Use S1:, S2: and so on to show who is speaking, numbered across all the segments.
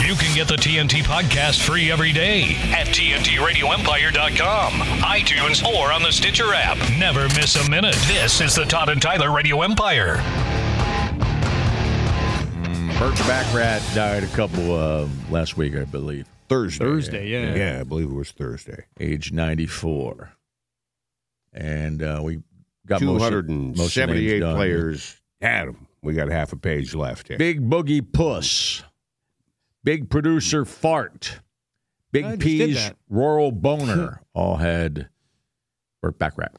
S1: You can get the TNT podcast free every day at TNTRadioEmpire.com, iTunes, or on the Stitcher app. Never miss a minute. This is the Todd and Tyler Radio Empire.
S2: Birch Backrat died a couple uh, last week, I believe. Thursday.
S3: Thursday, yeah.
S4: Yeah, I believe it was Thursday.
S2: Age 94. And uh, we got most of- most of the names
S4: 278
S2: done.
S4: players had him. We got half a page left here.
S2: Big Boogie Puss. Big Producer Fart.
S3: I
S2: Big
S3: just did
S2: P's
S3: that.
S2: Rural Boner all had Burt Backrat.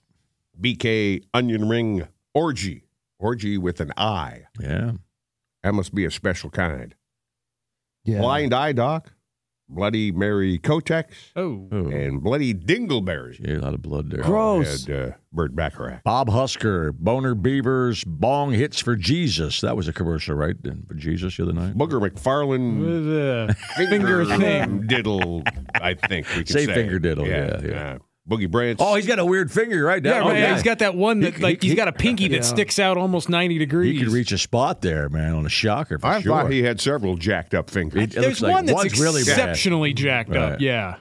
S4: BK Onion Ring Orgy. Orgy with an I.
S2: Yeah.
S4: That must be a special kind.
S3: Yeah.
S4: Blind Eye Doc, Bloody Mary Kotex,
S3: Oh.
S2: Oh,
S4: and Bloody Dingleberry.
S2: gee, a lot of blood there.
S3: Gross.
S4: Had uh, Bert Bacharach.
S2: Bob Husker, Boner Beavers, Bong Hits for Jesus. That was a commercial, right? For Jesus the other night?
S4: Booger McFarlane
S3: With, uh,
S4: finger
S3: finger thing.
S4: diddle, I think we could
S2: Say
S4: say.
S2: finger diddle, yeah, yeah.
S4: Uh, Boogie Branch.
S2: Oh, he's got a weird finger right
S3: Oh, Yeah,
S2: now.
S3: right. He's got that one that,
S2: He-
S3: like,
S2: he-
S3: he's got a pinky that sticks out almost 90 degrees.
S2: He could reach a spot there, man, on a shocker for
S4: I
S2: sure.
S4: thought he had several jacked up fingers.
S2: It- it
S3: There's
S2: looks like
S3: one that's
S2: one's really bad.
S3: exceptionally jacked
S2: Right.
S3: up. Yeah.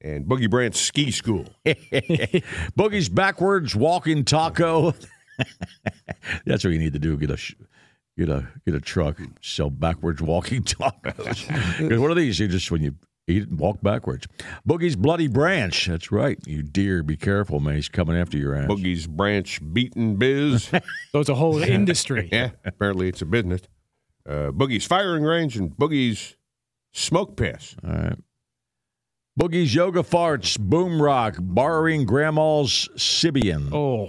S4: and Boogie Branch Ski School.
S2: Boogie's backwards walking taco. That's what you need to do. Get a sh- get a get a truck. Sell backwards walking tacos. 'Cause what are these? You just when you eat it and walk backwards. Boogie's bloody branch. That's right. You deer, be careful, man. He's coming after your ass.
S4: Boogie's Branch Beaten Biz.
S3: So it's a whole industry.
S4: yeah, apparently it's a business. Uh, Boogie's Firing Range and Boogie's Smoke Piss.
S2: All right. Boogie's yoga farts, boom rock, borrowing grandma's Sibian.
S3: Oh.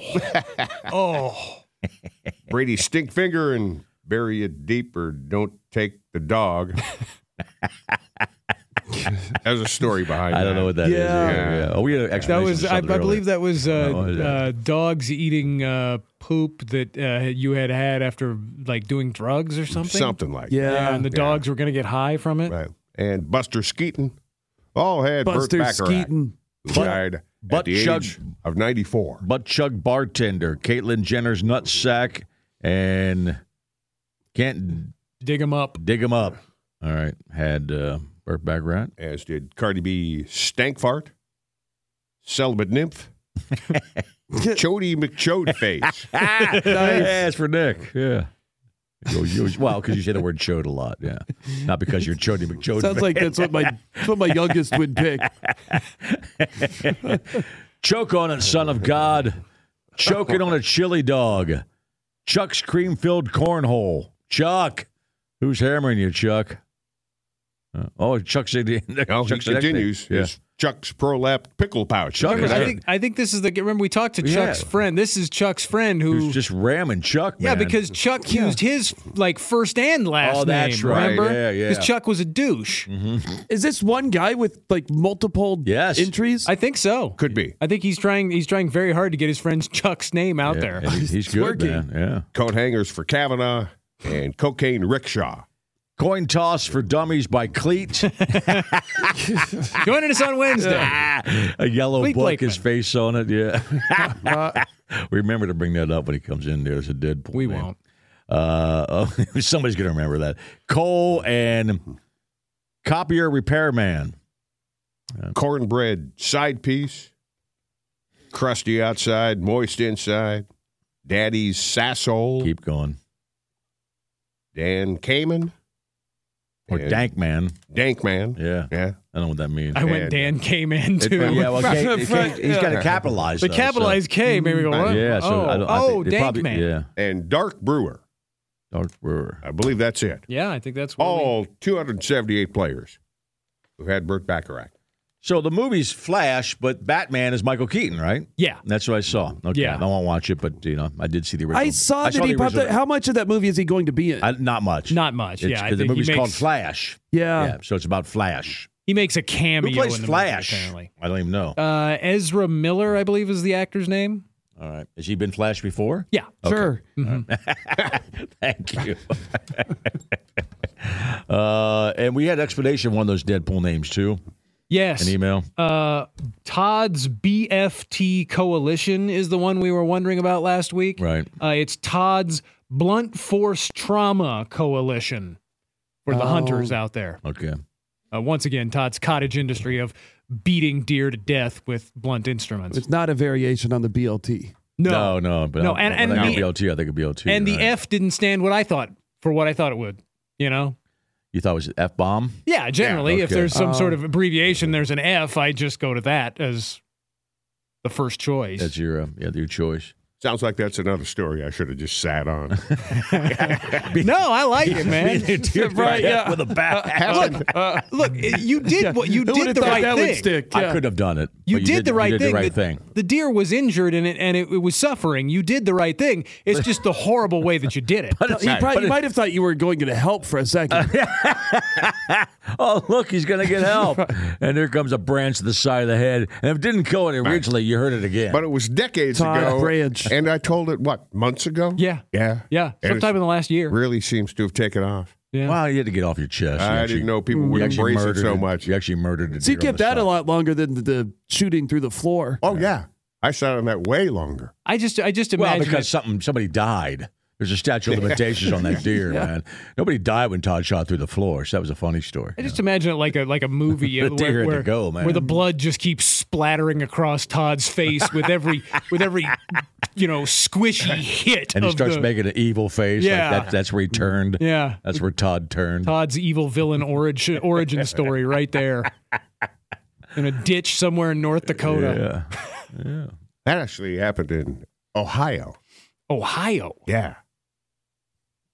S3: oh.
S4: Brady Stinkfinger and Bury It Deep or Don't Take the Dog. There's a story behind
S2: I don't
S4: that.
S2: know what that is.
S3: Yeah.
S2: either. yeah. Oh, we had an
S3: That
S2: explanation.
S3: was,
S2: for
S3: I, I
S2: something earlier.
S3: believe that was uh,
S2: No, it-
S3: uh, dogs eating uh, poop that uh, you had had after like doing drugs or something.
S4: Something like
S3: Yeah, and the
S4: Yeah.
S3: dogs were going to get high from it.
S4: that. Right. And Buster Skeeton all had Buster Burt Bacharach, who
S2: But-
S4: died
S2: but
S4: at the
S2: Chug-
S4: age of 94.
S2: butt chug bartender, Caitlyn Jenner's nutsack, and can't
S3: Dig them up.
S2: dig him up. All right, had uh, Burt Bacharach.
S4: as did Cardi B Stankfart, Celibate Nymph, Chody McChode Face.
S2: Ah, that's for Nick. Yeah. Yo, yo, well, because you say the word chode a lot, yeah. Not because you're Chody McChode.
S5: Sounds like that's what my that's what my youngest would pick.
S2: Choke on it, son of God. Choke it on a chili dog. Chuck's cream filled cornhole. Chuck. Who's hammering you, Chuck? Uh, oh, Chuck's.
S4: Now
S2: No,
S4: he continues his Chuck's prolapsed pickle pouch.
S2: Chuck
S4: Is
S2: is-
S4: that-
S3: I think I think this is the remember we talked to
S2: Yeah.
S3: Chuck's friend. This is Chuck's friend who
S2: who's just ramming Chuck.
S3: yeah
S2: man.
S3: because Chuck used his like first and last
S2: Oh, that's
S3: name.
S2: right.
S3: Remember?
S2: Yeah, Mm-hmm. yeah.
S3: Because Chuck was a douche.
S5: Is this one guy with like multiple
S2: Yes.
S5: entries?
S3: I think so.
S4: could be.
S3: I think he's trying he's trying very hard to get his friend's Chuck's name out
S2: Yeah,
S3: there.
S2: and he- he's
S5: It's
S2: good,
S5: working.
S2: man. Yeah.
S4: Coat hangers for Kavanaugh and cocaine rickshaw.
S2: Coin toss for dummies by Cleat.
S3: Joining us on Wednesday.
S2: a yellow
S3: Cleat
S2: book, his
S3: Blakeman.
S2: face on it. Yeah. Remember to bring that up when he comes in. There's a Deadpool.
S3: Uh, we
S2: name.
S3: won't.
S2: Uh, oh, somebody's going to remember that. Cole and copier repairman.
S4: Cornbread side piece, crusty outside, moist inside, daddy's sasshole,
S2: Keep going.
S4: Dan Kamen,
S2: Or
S4: Yeah.
S2: Dank Man.
S4: Dank Man.
S2: Yeah.
S4: Yeah.
S2: I don't know what that means.
S3: I went Dan came in
S4: It-
S3: too.
S2: yeah, well, Kate,
S5: Fra- fra-
S2: Kate- he's got to
S4: yeah.
S2: capitalize.
S3: but
S2: though, so-
S3: capitalized K made me go, what?
S2: Yeah, so
S3: oh,
S2: I don't, I
S3: oh
S2: think they
S3: Dank
S2: probably,
S3: Man. Yeah.
S2: Yeah,
S4: And Dark Brewer.
S2: Dark Brewer.
S4: I believe that's it.
S3: I think that's where
S2: Oh.
S3: we-
S4: All 278 players who had Burt Bacharach.
S2: So the movie's Flash, but Batman is Michael Keaton, right?
S3: Yeah.
S2: That's what I saw. Okay,
S3: Yeah.
S2: I won't watch it, but you know, I did see the original.
S5: I saw that
S2: the
S5: he popped up.
S2: original.
S5: How much of that movie is he going to be in?
S2: I, not much.
S3: Not much.
S2: It's-
S3: yeah, I
S2: 'cause
S3: think
S2: the movie's
S3: he makes,
S2: called Flash.
S5: yeah.
S2: yeah, so it's about Flash.
S3: He makes a cameo
S2: Who plays
S3: in the
S2: Flash?
S3: movie, apparently.
S2: I don't even know.
S3: Uh, Ezra Miller, I believe, is the actor's name.
S2: All right, has he been Flash before?
S3: Yeah. Mm-hmm.
S5: Sure.
S2: Thank you. uh, and we had explanation of one of those Deadpool names too.
S3: Yes.
S2: An email.
S3: Uh, Todd's BFT Coalition is the one we were wondering about last week.
S2: Right.
S3: Uh, it's Todd's Blunt Force Trauma Coalition for the
S5: Oh.
S3: hunters out there.
S2: Okay.
S3: Uh, once again, Todd's cottage industry of beating deer to death with blunt instruments.
S5: It's not a variation on the BLT.
S2: No, no, but
S3: No,
S2: I,
S3: and-
S2: when
S3: and
S2: I think
S3: the-
S2: BLT, I think of BLT.
S3: and
S2: right?
S3: the F didn't stand what I thought for what I thought it would. You know?
S2: You thought it was F bomb?
S3: Yeah, generally, if
S2: okay.
S3: there's some
S5: Oh.
S3: sort of abbreviation, there's an F, I just go to that as the first choice.
S2: That's your uh, yeah, your choice.
S4: Sounds like that's another story I should have just sat on.
S3: no, I like it, man.
S5: Right, yeah.
S2: With a bat.
S5: Uh,
S3: Look, you did what you
S5: who
S3: did
S5: would've
S3: the
S5: thought
S3: right
S5: that
S3: thing.
S5: would stick?
S2: I
S5: Yeah.
S2: could have done it.
S3: Uh, You,
S2: but
S3: did the right
S2: you did
S3: thing.
S2: The right
S3: the,
S2: thing.
S3: the deer was injured and it and it, it was suffering. You did the right thing. It's just the horrible way that you did it.
S5: He probably might have thought you were going to help for a second.
S2: Oh, look, he's going to get help. and here comes a branch to the side of the head. And if it didn't kill it originally, you heard it again.
S4: But it was decades
S5: Todd
S4: ago.
S5: Branch.
S4: And I told it, what, months ago?
S3: Yeah.
S4: Yeah.
S3: yeah,
S4: And it
S3: sometime in the last year.
S4: really seems to have taken off.
S3: Yeah.
S2: wow, you had to get off your chest. You
S4: I
S2: actually-
S4: didn't know people
S2: you
S4: would
S2: actually
S4: embrace it
S2: murdered
S4: so much.
S2: You actually murdered it.
S5: So you kept that a lot longer than the, the shooting through the floor.
S4: Oh, yeah. I sat on that way longer.
S3: I just I just
S2: Well,
S3: imagine
S2: because
S3: it-
S2: something somebody died. There's a statute of limitations on that deer, man. Nobody died when Todd shot through the floor, so that was a funny story.
S3: I just imagine it like a like a movie
S2: The
S3: where,
S2: deer had to
S3: where-
S2: go, man.
S3: where the blood just keeps splattering across Todd's face with every with every you know squishy hit.
S2: and he
S3: of
S2: starts
S3: the-
S2: making an evil face.
S3: Yeah.
S2: Like that, that's where he turned.
S3: yeah
S2: That's where Todd turned.
S3: Todd's evil villain origin origin story right there in a ditch somewhere in North Dakota,
S2: Yeah.
S4: That actually happened in Ohio.
S3: Ohio.
S4: Yeah.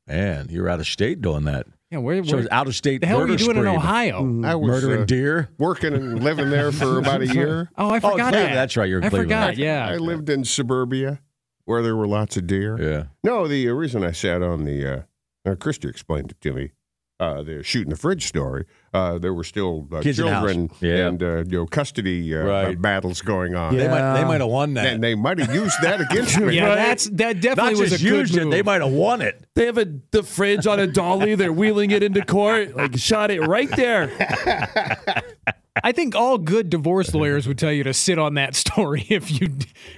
S2: Man, you're out of state doing that.
S3: Yeah, where,
S2: So
S3: where
S2: it's out of state.
S3: the hell were
S2: murder
S3: you doing in
S2: spree.
S3: Ohio?
S2: Oh.
S4: I was
S2: Murdering
S4: uh,
S2: deer.
S4: working and living there for about a year.
S3: Oh, I forgot
S2: Cleveland.
S3: that.
S2: That's right, you're in
S3: I
S2: Cleveland.
S3: forgot. Yeah,
S4: I lived in suburbia where there were lots of deer.
S2: Yeah.
S4: No, the uh, reason I sat on the, uh, uh, Christy explained it to me, uh, the shooting the fridge story, uh, there were still uh,
S2: Kids in the house.
S4: children
S2: Yeah.
S4: and uh, you know, custody uh,
S2: Right.
S4: uh, battles going on.
S2: They
S5: Yeah.
S2: might they might have won that.
S4: And they might have used that against me.
S3: yeah.
S5: Right.
S3: That's that
S2: Not
S3: definitely was
S2: just
S3: a good
S2: used it,
S3: move.
S2: they might have won it.
S5: They have a the fridge on a dolly. They're wheeling it into court. Like shot it right there.
S3: I think all good divorce lawyers would tell you to sit on that story if you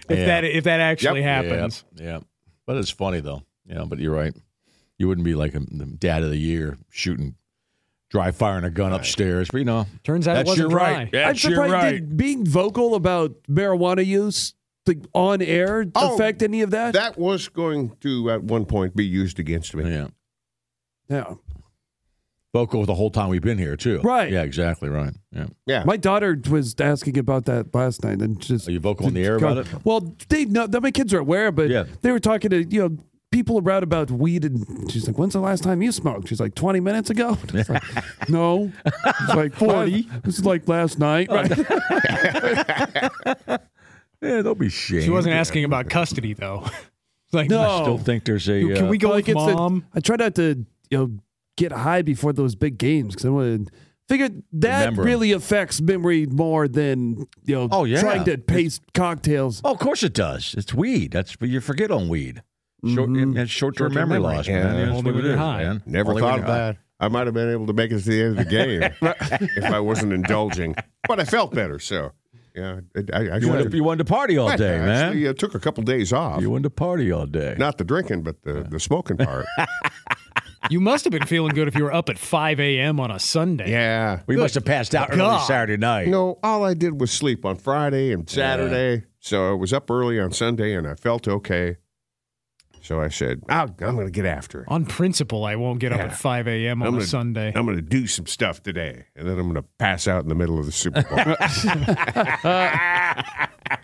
S3: if
S2: Yeah.
S3: that if that actually
S4: Yep.
S3: happens.
S2: Yeah. But it's funny though. Yeah, but you're right. You wouldn't be like a, the dad of the year shooting dry firing a gun upstairs. But you know,
S3: Turns out it
S2: that's
S3: wasn't
S2: your
S3: dry.
S2: right.
S5: I'm
S2: That's your
S5: surprised
S2: right.
S5: did being vocal about marijuana use like on air
S4: Oh,
S5: affect any of that?
S4: That was going to, at one point, be used against me.
S2: yeah.
S5: yeah.
S2: Vocal the whole time we've been here too.
S5: Right.
S2: Yeah, exactly right. Yeah.
S4: Yeah.
S5: My daughter was asking about that last night and just
S2: Are you vocal on the air about it?
S5: Well, they know that my kids are aware, but
S2: Yeah.
S5: they were talking to you know people around about weed, and she's like, "When's the last time you smoked?" She's like, "20 minutes ago." And it's like, no, it's like 40. This is like last night.
S2: Oh,
S5: Right?
S2: Yeah, don't be ashamed.
S3: She wasn't asking about custody though. like
S2: I still
S5: No,
S2: think there's a
S3: Can
S2: uh,
S3: we go
S5: Like,
S3: with
S5: it's the-
S3: mom?
S5: I try not to you know get high before those big games because I want to figure that
S2: Remember 'em.
S5: really affects memory more than you know
S2: Oh, yeah.
S5: trying to pace cocktails.
S2: Oh, of course it does. It's weed. That's but you forget on weed. Short, and short-term,
S3: Mm-hmm. Short-term
S2: memory,
S3: memory.
S2: loss,
S4: Yeah.
S2: man.
S3: Only
S2: what it
S3: when you're
S2: is,
S3: high.
S2: man.
S4: Never
S2: Only when
S4: thought
S2: you're
S4: of
S2: high.
S4: that. I might have been able to make it to the end of the game if I wasn't indulging, but I felt better. So, yeah, it- I, I
S2: You wanted,
S4: should've-
S2: to, you wanted to party all
S4: I
S2: day, man.
S4: actually, uh, took a couple days off.
S2: You wanted to party all day.
S4: Not the drinking, but the, the smoking part.
S3: You must have been feeling good if you were up at 5 a.m. on a Sunday.
S4: yeah.
S2: we must have passed out early
S3: God.
S2: Saturday night.
S4: No, all I did was sleep on Friday and Saturday. So I was up early on Sunday and I felt okay. So I said, I'll, I'm going to get after it.
S3: On principle, I won't get up
S4: Yeah.
S3: at 5 a.m. on
S4: I'm
S3: a
S4: gonna,
S3: Sunday.
S4: I'm going to do some stuff today, and then I'm going to pass out in the middle of the Super Bowl.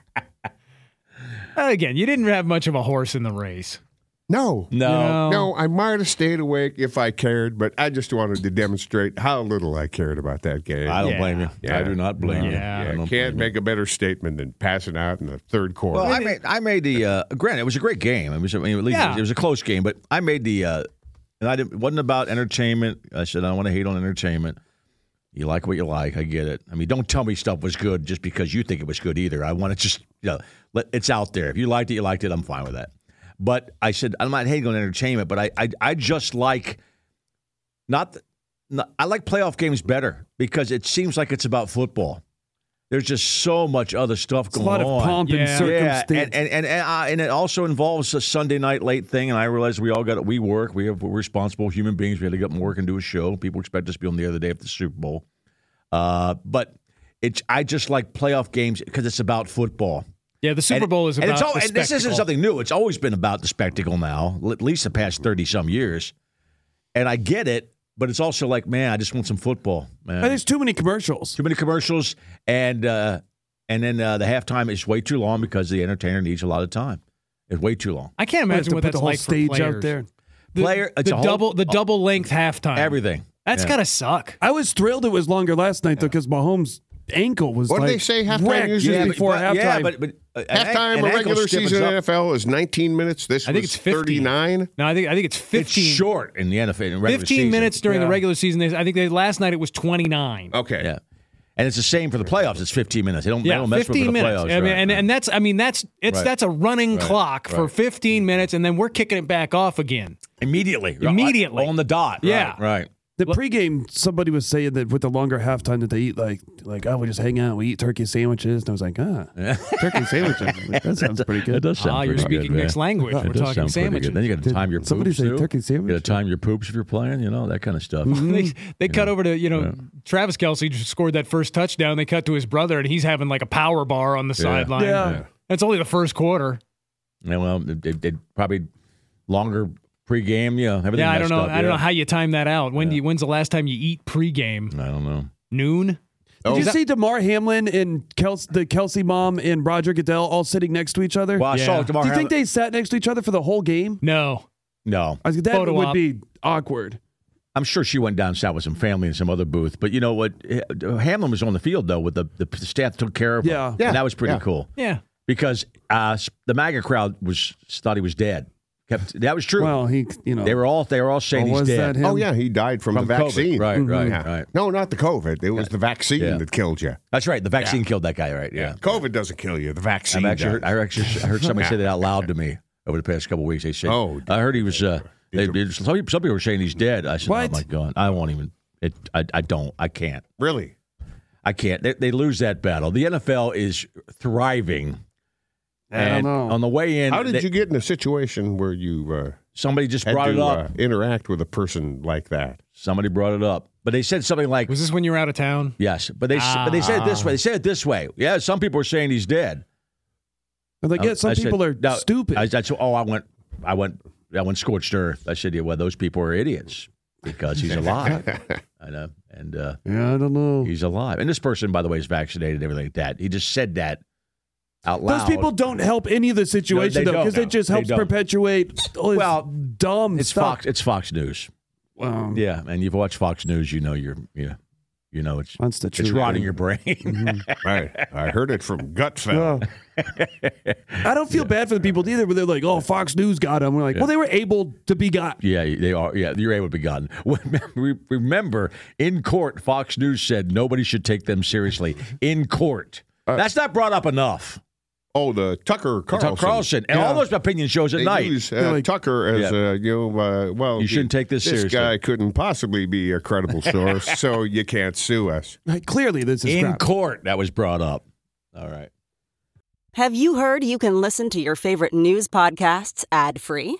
S3: Uh, Again, you didn't have much of a horse in the race.
S4: no,
S2: No.
S4: no, I might have stayed awake if I cared, but I just wanted to demonstrate how little I cared about that game.
S2: I don't
S3: Yeah.
S2: blame you.
S4: Yeah.
S2: I do not blame you.
S3: Yeah.
S2: I
S4: yeah,
S2: don't
S4: can't
S2: blame you.
S4: make a better statement than passing out in the third quarter.
S2: Well, I made I made the uh, granted it was a great game. It was I mean, at least
S3: Yeah.
S2: it was a close game, but I made the uh, and I didn't, it wasn't about entertainment. I said I don't want to hate on entertainment. You like what you like, I get it. I mean, don't tell me stuff was good just because you think it was good either. I want to just you know let it's out there. If you liked it, you liked it. I'm fine with that. But I said I'm not hating on entertainment, but I I, I just like not, not I like playoff games better because it seems like it's about football. There's just so much other stuff
S5: It's a
S2: going
S5: lot
S2: on.
S5: of pomp
S3: Yeah.
S5: and circumstance.
S2: Yeah, and and and, and, uh, and it also involves a Sunday night late thing. And I realize we all got we work. We have we're responsible human beings. We had to get up and work and do a show. People expect us to be on the other day after the Super Bowl. Uh, but it's I just like playoff games because it's about football.
S3: Yeah, the Super
S2: And-
S3: Bowl is
S2: and
S3: about
S2: it's all,
S3: the
S2: and this isn't
S3: spectacle.
S2: something new. It's always been about the spectacle now, l- at least the past thirty some years. And I get it, but it's also like, man, I just want some football. Man.
S5: And there's too many commercials.
S2: Too many commercials, and uh, and then uh, the halftime is way too long because the entertainer needs a lot of time. It's way too long.
S3: I can't
S5: They have
S3: imagine
S5: to
S3: what
S5: put
S3: that's
S5: the whole
S3: like for
S5: stage out
S3: players.
S5: there.
S3: The,
S2: Player- it's
S3: the
S2: a whole-
S3: double the
S2: oh.
S3: double length halftime.
S2: Everything.
S3: That's gotta suck.
S5: I was thrilled it was longer last night though, because Mahomes' ankle was.
S4: What do
S5: like,
S4: they say halftime
S5: wrecked
S4: usually?
S5: just
S4: Yeah, but-
S5: before halftime.
S2: Yeah, but, but uh, an an-
S4: Halftime,
S2: an
S4: a
S2: ankle
S4: regular
S2: stiffens
S4: season in
S2: up.
S4: the NFL is 19 minutes. This
S3: I think
S4: was
S3: it's 50.
S4: 39.
S3: No, I think I think it's
S2: It's
S3: fifteen.
S2: short in the NFL. in regular
S3: 15
S2: season.
S3: minutes during
S5: Yeah.
S3: the regular season. They- I think they, last night it was 29.
S4: Okay.
S2: Yeah, and it's the same for the playoffs. It's fifteen minutes. Oh, They don't. they
S3: Yeah,
S2: don't mess with it
S3: 15
S2: for the
S3: minutes.
S2: playoffs.
S3: I mean,
S2: right.
S3: and, and that's I mean that's it's
S2: Right.
S3: that's a running clock for
S2: right.
S3: 15 minutes and then we're kicking it back off again.
S2: immediately,
S3: Immediately.
S2: on the dot.
S3: Yeah.
S2: right. right.
S5: The pregame, somebody was saying that with the longer halftime that they eat, like, like oh, we just hang out, we eat turkey sandwiches, and I was like, ah, turkey sandwiches. Like, that sounds pretty good.
S2: That does sound
S3: Ah, you're
S2: pretty good,
S3: speaking
S2: man.
S3: mixed language.
S2: That
S3: We're
S2: does
S3: talking
S2: sound pretty
S3: sandwiches.
S2: good. Then you got to
S5: Did
S2: time your poops
S5: somebody say
S2: too.
S5: turkey sandwich?
S2: You got to time your poops if you're playing. You know that kind of stuff.
S3: they, they cut over to you know Travis Kelsey just scored that first touchdown. They cut to his brother and he's having like a power bar on the sideline.
S5: Yeah.
S3: That's only the first quarter.
S2: Yeah, well, it, it, it probably longer pregame. Yeah, everything.
S3: yeah, I don't
S2: messed
S3: know.
S2: Up,
S3: I don't know
S2: yeah.
S3: how you time that out. When do you, when's the last time you eat pregame?
S2: I don't know.
S3: Noon.
S2: Oh,
S5: Did you see Damar Hamlin and Kels- the Kelsey mom and Roger Goodell all sitting next to each other?
S2: Well, I
S3: Yeah.
S2: saw
S5: Do
S2: tomorrow.
S5: you think they sat next to each other for the whole game?
S3: No.
S2: No,
S5: I was, that
S3: Photo
S5: would
S3: op.
S5: be awkward.
S2: I'm sure she went down south with some family in some other booth. But you know what? Hamlin was on the field though with the the staff took care of him.
S5: Yeah.
S2: And that was pretty
S4: Yeah.
S2: cool
S3: Yeah.
S2: because uh, the MAGA crowd was thought he was dead. Kept that was true.
S5: Well, he, you know,
S2: they were all they were all
S5: or
S2: saying he's
S5: was
S2: dead.
S5: that him?
S4: Oh, yeah. He died from,
S2: From
S4: the
S2: COVID.
S4: vaccine.
S2: Right, right,
S4: Yeah.
S2: right.
S4: No, not the COVID. It was the vaccine
S2: Yeah.
S4: that killed you.
S2: That's right. The vaccine killed that guy, right? Yeah.
S4: COVID doesn't kill you. The vaccine.
S2: I've actually heard,
S4: does.
S2: I actually I heard somebody say that out loud to me over the past couple of weeks. They said,
S4: Oh,
S2: I heard he was." Uh, they, they- some people some people were saying he's dead. I said,
S5: What?
S2: "Oh my god, I won't even. It, I, I don't. I can't.
S4: really?
S2: I can't." They, they lose that battle. The NFL is thriving.
S5: I don't
S2: And
S5: know.
S2: On the way in,
S4: How did
S2: they-
S4: you get in a situation where you uh,
S2: Somebody just
S4: had
S2: brought it
S4: to
S2: up.
S4: uh, interact with a person like that?
S2: somebody brought it up, but they said something like,
S3: Was this when you were out of town?
S2: "Yes," but they s but they said it this way. They said it this way. Yeah, some people are saying he's dead.
S5: I'm like, yeah, some
S2: Oh, I said-
S5: people are
S2: no,
S5: stupid.
S2: I, that's oh, I went, I went, I went scorched earth. I said, yeah, well, those people are idiots because he's alive. I know, and uh,
S5: yeah, I don't know.
S2: he's alive. And this person, by the way, is vaccinated and everything like that. He just said that out loud.
S5: Those people don't help any of the situation
S2: No, they
S5: though, because
S2: don't.
S5: it just
S2: They
S5: helps
S2: don't.
S5: perpetuate all this
S2: Well,
S5: dumb
S2: It's
S5: stuff.
S2: Fox. It's Fox News.
S5: Well,
S2: Yeah, and you've watched Fox News. You know, you're, you know, you know, it's
S5: That's the
S2: it's
S5: truth,
S2: rotting
S5: yeah. Mm-hmm.
S2: your brain.
S4: Right. I heard it from Gutfeld.
S5: Yeah. I don't feel bad for the people either, but they're like, "Oh, Fox News got him." We're like, "Well, they were able to be got."
S2: Yeah, they are. Yeah, you're able to be gotten. Re- Remember, in court, Fox News said nobody should take them seriously. In court, that's not brought up enough.
S4: Oh, the Tucker Uh, Carlson.
S2: Tuck Carlson and all those opinion shows at
S4: They
S2: night.
S4: use
S5: They're
S4: uh,
S5: like-
S4: Tucker as
S2: Yeah.
S4: uh, you know. Uh, well,
S2: You shouldn't take this seriously.
S4: guy couldn't possibly be a credible source, so you can't sue us.
S5: Like, clearly, this is
S2: in
S5: crap.
S2: court, that was brought up. All right.
S6: Have you heard you can listen to your favorite news podcasts ad free?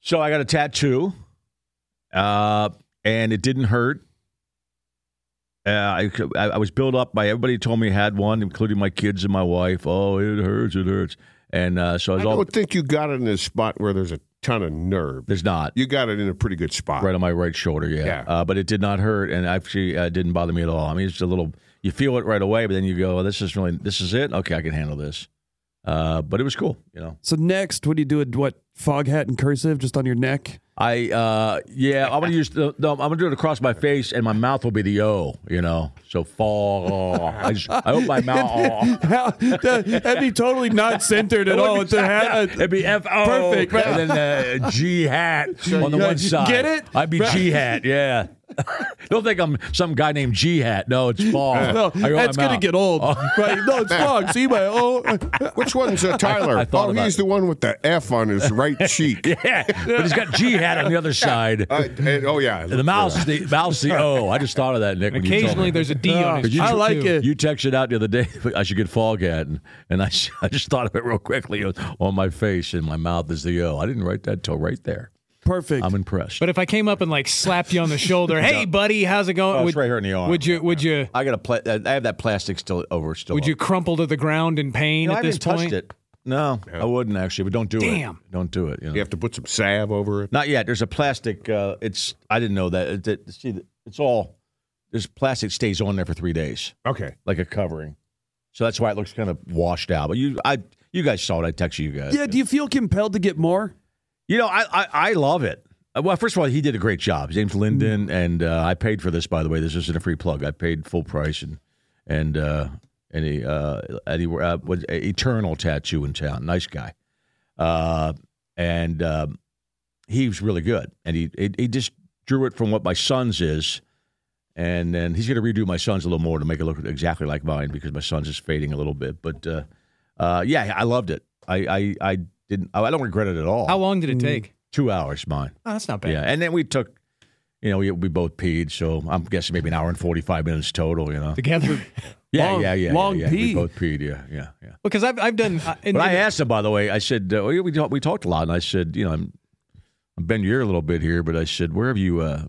S2: So I got a tattoo, uh, and it didn't hurt. Uh, I, I I was built up by everybody who told me I had one, including my kids and my wife. Oh, it hurts, it hurts, and uh, so I
S4: I
S2: was all.
S4: don't think you got it in a spot where there's a ton of nerve.
S2: there's not
S4: You got it in a pretty good spot.
S2: right on my right shoulder, yeah.
S4: Yeah.
S2: Uh, but it did not hurt, and actually uh, didn't bother me at all. I mean, it's a little. You feel it right away, but then you go, oh, "This is really, this is it. Okay, I can handle this." Uh, but it was cool, you know.
S5: So next, what do you do? With, what fog hat and cursive just on your neck?
S2: I uh yeah, I'm gonna use the, no, I'm gonna do it across my face, and my mouth will be the O, you know. So fall. I, just, I hope my mouth.
S5: How, that, would be totally not centered at all. It's a hat. uh,
S2: It'd be F O.
S5: Perfect, right.
S2: And then uh, G hat on the
S5: you-
S2: one
S5: you
S2: side.
S5: get it?
S2: I'd be
S5: Right.
S2: G hat. Yeah. Don't think I'm some guy named G hat. No, it's fall.
S5: No,
S2: I go,
S5: that's
S2: I'm
S5: gonna
S2: out.
S5: get old,
S2: Oh.
S5: right? No, it's fog. See my oh,
S4: Which one's uh, Tyler?
S2: I thought
S4: oh,
S2: about
S4: he's
S2: it.
S4: the one with the F on his right cheek.
S2: Yeah, but he's got G hat on the other side.
S4: Uh, and- oh yeah,
S2: And the mouse is the mouse is the O. I just thought of that, Nick. when you told
S3: Occasionally,
S2: me.
S3: there's a D on his
S2: you-
S3: cheek,
S5: I like
S3: too.
S5: it.
S2: You texted out the other day, I should get fog hat, and, and I, sh- I just thought of it real quickly on my face, and my mouth is the O. I didn't write that till right there.
S5: perfect.
S2: I'm impressed.
S3: But if I came up and like slapped you on the shoulder, hey buddy, how's it going?
S2: Oh, it's right here in the arm.
S3: Would you? Would you?
S2: I got a pla- I have that plastic still over. Still,
S3: Would
S2: up.
S3: you crumple to the ground in pain
S2: No, I
S3: at
S2: haven't
S3: this point?
S2: touched it. No, I wouldn't actually. But don't do
S3: Damn.
S2: it. Don't do it. You know?
S4: you have to put some salve over it.
S2: Not yet. There's a plastic. Uh, it's I didn't know that. It, it, see, it's all. This plastic stays on there for three days.
S4: Okay,
S2: like a covering. So that's why it looks kind of washed out. But you, I, you guys saw it. I texted you guys.
S5: yeah. Do you feel compelled to get more?
S2: You know, I, I, I love it. Uh, Well, first of all, he did a great job, James Linden, and uh, I paid for this. By the way, this isn't a free plug. I paid full price, and and uh, and he uh, and he uh, was a Eternal Tattoo in town. Nice guy, uh, and um, he was really good. And he, he he just drew it from what my son's is, and then he's going to redo my son's a little more to make it look exactly like mine because my son's is fading a little bit. But uh, uh, yeah, I loved it. I I, I didn't. I don't regret it at all
S3: How long did it take?
S2: two hours mine
S3: Oh, that's not bad.
S2: Mm. yeah and then we took you know we, we both peed so i'm guessing maybe an hour and 45 minutes total you know
S3: Together,
S2: yeah
S5: Long-
S2: yeah yeah
S5: long
S2: yeah, yeah. we
S5: pee.
S2: both peed yeah yeah yeah
S3: because I've I've done. uh, in-
S2: but i
S3: in-
S2: asked him by the way i said uh, we, we, talked- we talked a lot and i said you know i'm i'm bending your ear a little bit here but i said where have you uh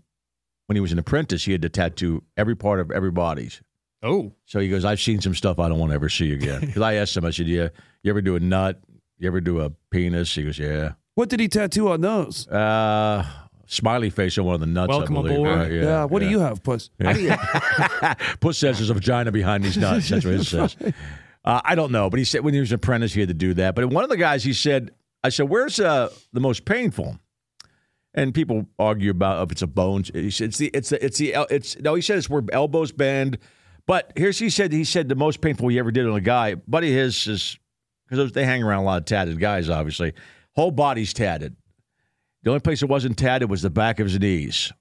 S2: when he was an apprentice he had to tattoo every part of everybody's
S3: oh,
S2: so he goes i've seen some stuff i don't want to ever see again because i asked him i said yeah you ever do a nut you ever do a penis he goes yeah
S5: What did he tattoo on those?
S2: uh smiley face on one of the nuts
S3: Welcome
S2: i believe
S3: aboard.
S2: right?
S5: Yeah. what do you have, puss?
S2: Puss says there's a vagina behind these nuts. That's what it says. Uh, I don't know, but he said when he was an apprentice, he had to do that. But one of the guys, he said, I said, where's uh, the most painful? And people argue about if it's a bone. He said, it's the, it's the, it's the, el- it's, no, he said it's where elbows bend. But here's, he said, he said the most painful he ever did on a guy, buddy his is, because they hang around a lot of tatted guys, obviously. Whole body's tatted. The only place it wasn't tatted was the back of his knees.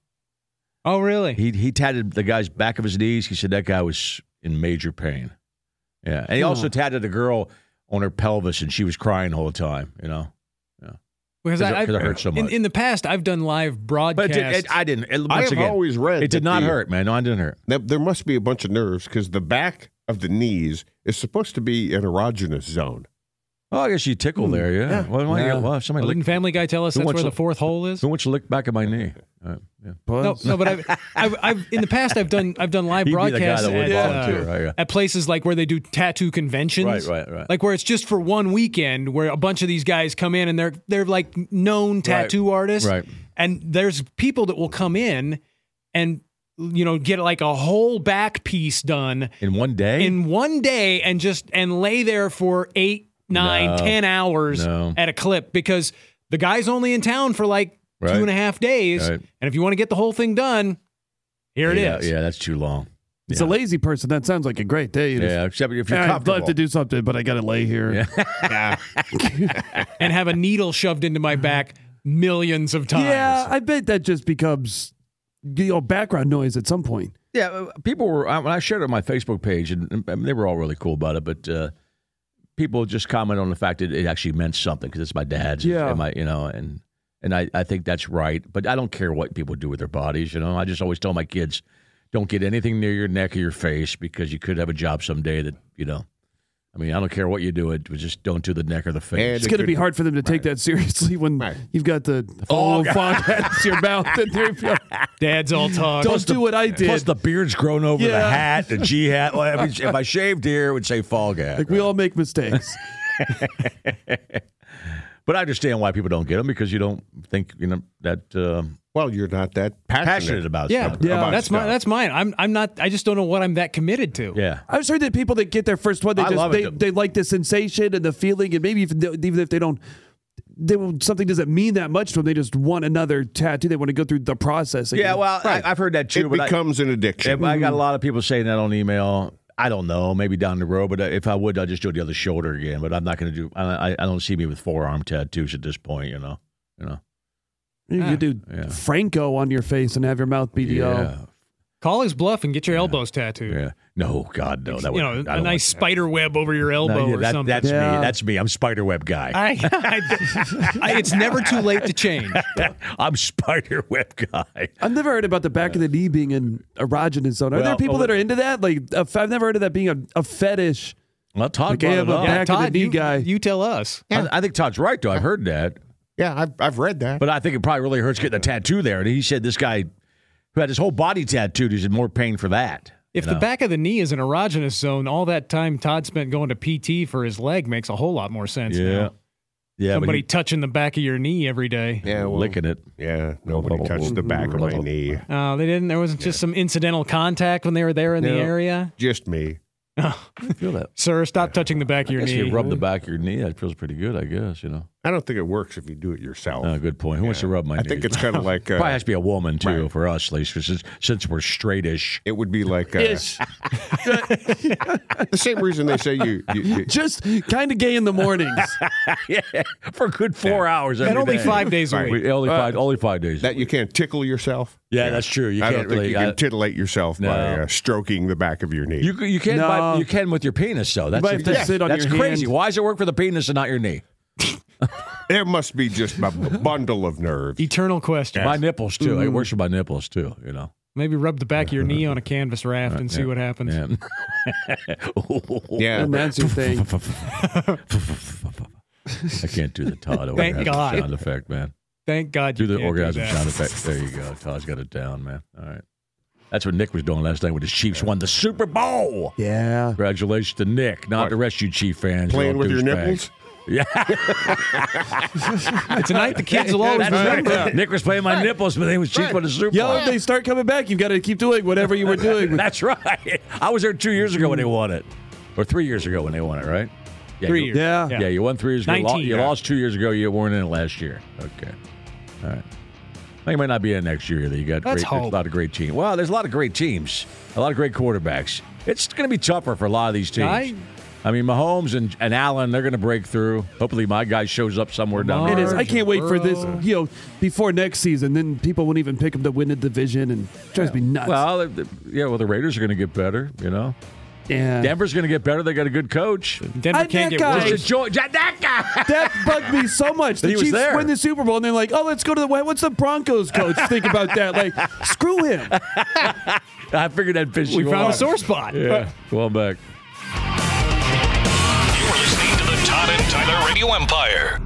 S3: oh, really?
S2: He he tatted the guy's back of his knees. He said that guy was in major pain. Yeah, and he also tatted a girl on her pelvis, and she was crying the whole time. You know, 'Cause
S3: Because
S2: it-
S3: I, I've-
S2: 'cause it hurt so
S3: In,
S2: much.
S3: in the past, I've done live
S2: but it
S3: broadcasts.
S2: did, it, I didn't. It,
S4: I
S2: once
S4: have
S2: again,
S4: always read.
S2: it did
S4: that
S2: not
S4: the-
S2: hurt, man. No, it didn't hurt.
S4: That there must be a bunch of nerves because the back of the knees is supposed to be an erogenous zone.
S2: Oh, I guess you tickle
S4: Hmm.
S2: there. Yeah. Well, why-
S5: Yeah.
S2: well, somebody
S3: Didn't
S2: licked,
S3: Family Guy tell us
S2: Who
S3: that's
S2: wants
S3: where
S2: to-
S3: the fourth hole is?
S2: who wants to lick back of my knee? Uh, yeah.
S3: No,
S5: Puss.
S3: no, but I've, I've, I've in the past I've done I've done live
S2: He'd be the guy that
S3: broadcasts
S2: would
S3: at, uh,
S2: volunteer, right, yeah.
S3: at places like where they do tattoo conventions,
S2: Right, right, right.
S3: Like where it's just for one weekend, where a bunch of these guys come in and they're they're like known tattoo artists,
S2: right.
S3: And there's people that will come in and you know get like a whole back piece done
S2: In one day.
S3: in one day and just and lay there for eight, nine, ten
S2: No.
S3: hours
S2: No.
S3: at a clip because. The guy's only in town for like
S2: Right.
S3: two and a half days,
S2: Right.
S3: and if you want to get the whole thing done, here it is.
S2: yeah, Yeah, that's too long.
S5: It's a lazy person. That sounds like a great day. You just,
S2: Yeah, except if you're
S5: I'd
S2: comfortable.
S5: love to do something, but I got to lay here.
S3: and have a needle shoved into my back millions of times.
S5: Yeah, I bet that just becomes you know, background noise at some point.
S2: Yeah, uh, people were I- when I shared it on my Facebook page, and, and they were all really cool about it. But uh, people just comment on the fact that it actually meant something because it's my dad's.
S5: Yeah.
S2: and my, you know, and and I, I think that's right. But I don't care what people do with their bodies. You know, I just always tell my kids, don't get anything near your neck or your face because you could have a job someday that you know. I mean, I don't care what you do, it but just don't do the neck or the face.
S5: It's going to be hard for them to take that seriously when
S4: Right.
S5: you've got the oh, fog at your mouth. And they're-
S3: Dad's all talk.
S5: don't do what I did.
S2: Plus, the beard's grown over the
S5: Yeah.
S2: hat, the G hat. Well, I mean, if I shaved here, it would say fall guy.
S5: like we all make mistakes.
S2: But I understand why people don't get them because you don't think you know that um
S4: Well, you're not that passionate,
S2: passionate about
S3: Yeah,
S2: something.
S5: Yeah.
S4: about
S3: that's my
S4: stuff.
S3: that's mine. I'm I'm not. I just don't know what I'm that committed to.
S2: Yeah,
S5: I was heard that people that get their first one, they
S2: I
S5: just
S2: love it.
S5: they, they like the sensation and the feeling, and maybe even even if they don't, they will, something doesn't mean that much to them. They just want another tattoo. They want to go through the process.
S2: yeah.
S5: again.
S2: well,
S4: Right.
S2: I, I've heard that too.
S4: it
S2: but I-
S4: becomes an addiction.
S2: I, I got a lot of people saying that on email. I don't know, maybe down the road. But uh, if I would, I'd just do the other shoulder again. But I'm not going to do. I, I- I don't see me with forearm tattoos at this point. You know. You know.
S5: you could do
S2: Yeah.
S5: Franco on your face and have your mouth uh, BDO.
S3: uh,
S2: Yeah.
S3: Call his bluff and get your elbows tattooed.
S2: Yeah. No, God, no. That
S3: you
S2: would,
S3: know,
S2: I
S3: a
S2: don't
S3: nice
S2: want-
S3: spider web over your elbow
S2: No, yeah,
S3: or
S2: that-
S3: something.
S2: That's me.
S5: Yeah.
S2: That's me. I'm spider web guy.
S3: I, I- I- it's never too late to change.
S2: I'm spider web guy.
S5: I've never heard about the back of the knee being an erogenous zone. Are
S2: Well,
S5: there people
S2: oh,
S5: that are into that? Like, a f- I've never heard of that being a, a fetish.
S2: Well, Todd
S5: Like, yeah,
S2: brought it
S5: but
S2: up.
S5: back of the
S3: Todd,
S5: knee
S3: you,
S5: guy.
S3: you tell us.
S2: I, I think Todd's right, though. I've heard that.
S4: yeah, I've, I've read that.
S2: But I think it probably really hurts getting a tattoo there. And he said this guy who had his whole body tattooed is in more pain for that.
S3: If
S2: you
S3: the
S2: know?
S3: back of the knee is an erogenous zone, all that time Todd spent going to PT for his leg makes a whole lot more sense.
S2: yeah,
S3: now.
S2: yeah,
S3: Somebody
S2: but
S3: touching the back of your knee every day.
S2: he,
S4: yeah, well,
S2: licking it.
S4: Yeah, nobody touched the back of my knee.
S3: Uh, they didn't. There wasn't just some incidental contact when they were there in the
S4: No.
S3: area.
S4: Just me.
S2: feel that.
S3: Sir, stop touching the back of
S2: I
S3: your
S2: guess
S3: knee.
S2: you rub the back of your knee. That feels pretty good, I guess. You know,
S4: I don't think it works if you do it yourself.
S2: Uh, good point. Who wants to rub my?
S4: I think
S2: knee?
S4: it's kind of like
S2: probably
S4: uh,
S2: has to be a woman too
S4: right.
S2: for us, at least, 'cause since, since we're straightish.
S4: it would be like uh,
S5: Ish.
S4: the same reason they say you. you, you
S5: Just kind of gay in the mornings.
S2: yeah, for a good four hours.
S3: and
S2: every
S3: only
S2: day.
S3: five days a
S4: Right. Uh,
S3: week.
S2: We- only five. Only five days.
S4: that you can't tickle yourself.
S2: yeah, that's true. You
S4: I
S2: can't
S4: don't think
S2: really.
S4: you can
S2: I-
S4: titillate yourself by
S2: No.
S4: uh, stroking the back of your knee.
S2: you, c- you can
S5: No.
S2: by- you can with your penis though. That's
S5: might have to
S2: yeah,
S5: sit on
S2: that's
S5: your
S2: crazy.
S5: hand.
S2: Why does it work for the penis and not your knee?
S4: there must be just a bundle of nerves.
S3: Eternal question.
S2: My nipples too. It works for my nipples too. You know.
S3: Maybe rub the back of your knee on a canvas raft and see what happens.
S2: Yeah.
S4: Yeah,
S5: and that's your thing.
S2: I can't do the Todd orgasm
S3: Thank God.
S2: sound effect, man.
S3: Thank God
S2: Do
S3: you
S2: the
S3: can't
S2: orgasm
S3: do that.
S2: sound effect. There you go. Todd's got it down, man. All right. That's what Nick was doing last night when the Chiefs won the Super Bowl.
S5: Yeah.
S2: Congratulations to Nick, not
S4: What?
S2: the rest of you Chief fans. You're
S4: playing
S2: all
S4: with your
S2: douchebags.
S4: nipples.
S3: It's a night the kids will always
S2: That's
S3: remember.
S2: right. Nick was playing my nipples, but they was Chiefs won the Super
S5: Yo,
S2: Bowl.
S5: if they start coming back. You've got to keep doing whatever you were doing.
S2: That's right. I was there two years ago when they won it, or three years ago when they won it, right? Yeah,
S3: Three
S2: you-
S3: years.
S5: Yeah.
S2: Yeah, you won three years ago. You lo-
S3: 19,
S2: you
S3: yeah.
S2: lost two years ago. You weren't in it last year. Okay. All right. Well, you might not be in next year either. You got
S3: Let's
S2: great, there's
S3: hope.
S2: a lot of great teams. Well, there's a lot of great teams, a lot of great quarterbacks. It's going to be tougher for a lot of these teams.
S3: I-
S2: I, mean, Mahomes and, and Allen, they're going to break through. Hopefully, my guy shows up somewhere down
S5: It
S2: the
S5: is.
S2: road.
S5: I can't wait for this,
S3: Bro.
S5: you know, before next season. Then people won't even pick him to win the division and it drives me nuts.
S2: Well, the- yeah, well, the Raiders are going to get better, you know.
S5: yeah.
S2: Denver's going to get better. They got a good coach.
S3: Denver
S5: I-
S3: can't
S5: that
S3: get
S5: guy-
S3: worse.
S2: Just enjoy- Yeah, that guy.
S5: That bugged me so much. The
S2: He was
S5: Chiefs
S2: there.
S5: win the Super Bowl, and they're like, "Oh, let's go to the what's the Broncos coach think about that?" Like, screw him.
S2: I figured that fish
S3: We
S2: you
S3: found a
S2: off.
S3: sore spot.
S2: Yeah, come on back.
S1: You're listening to the Todd and Tyler Radio Empire.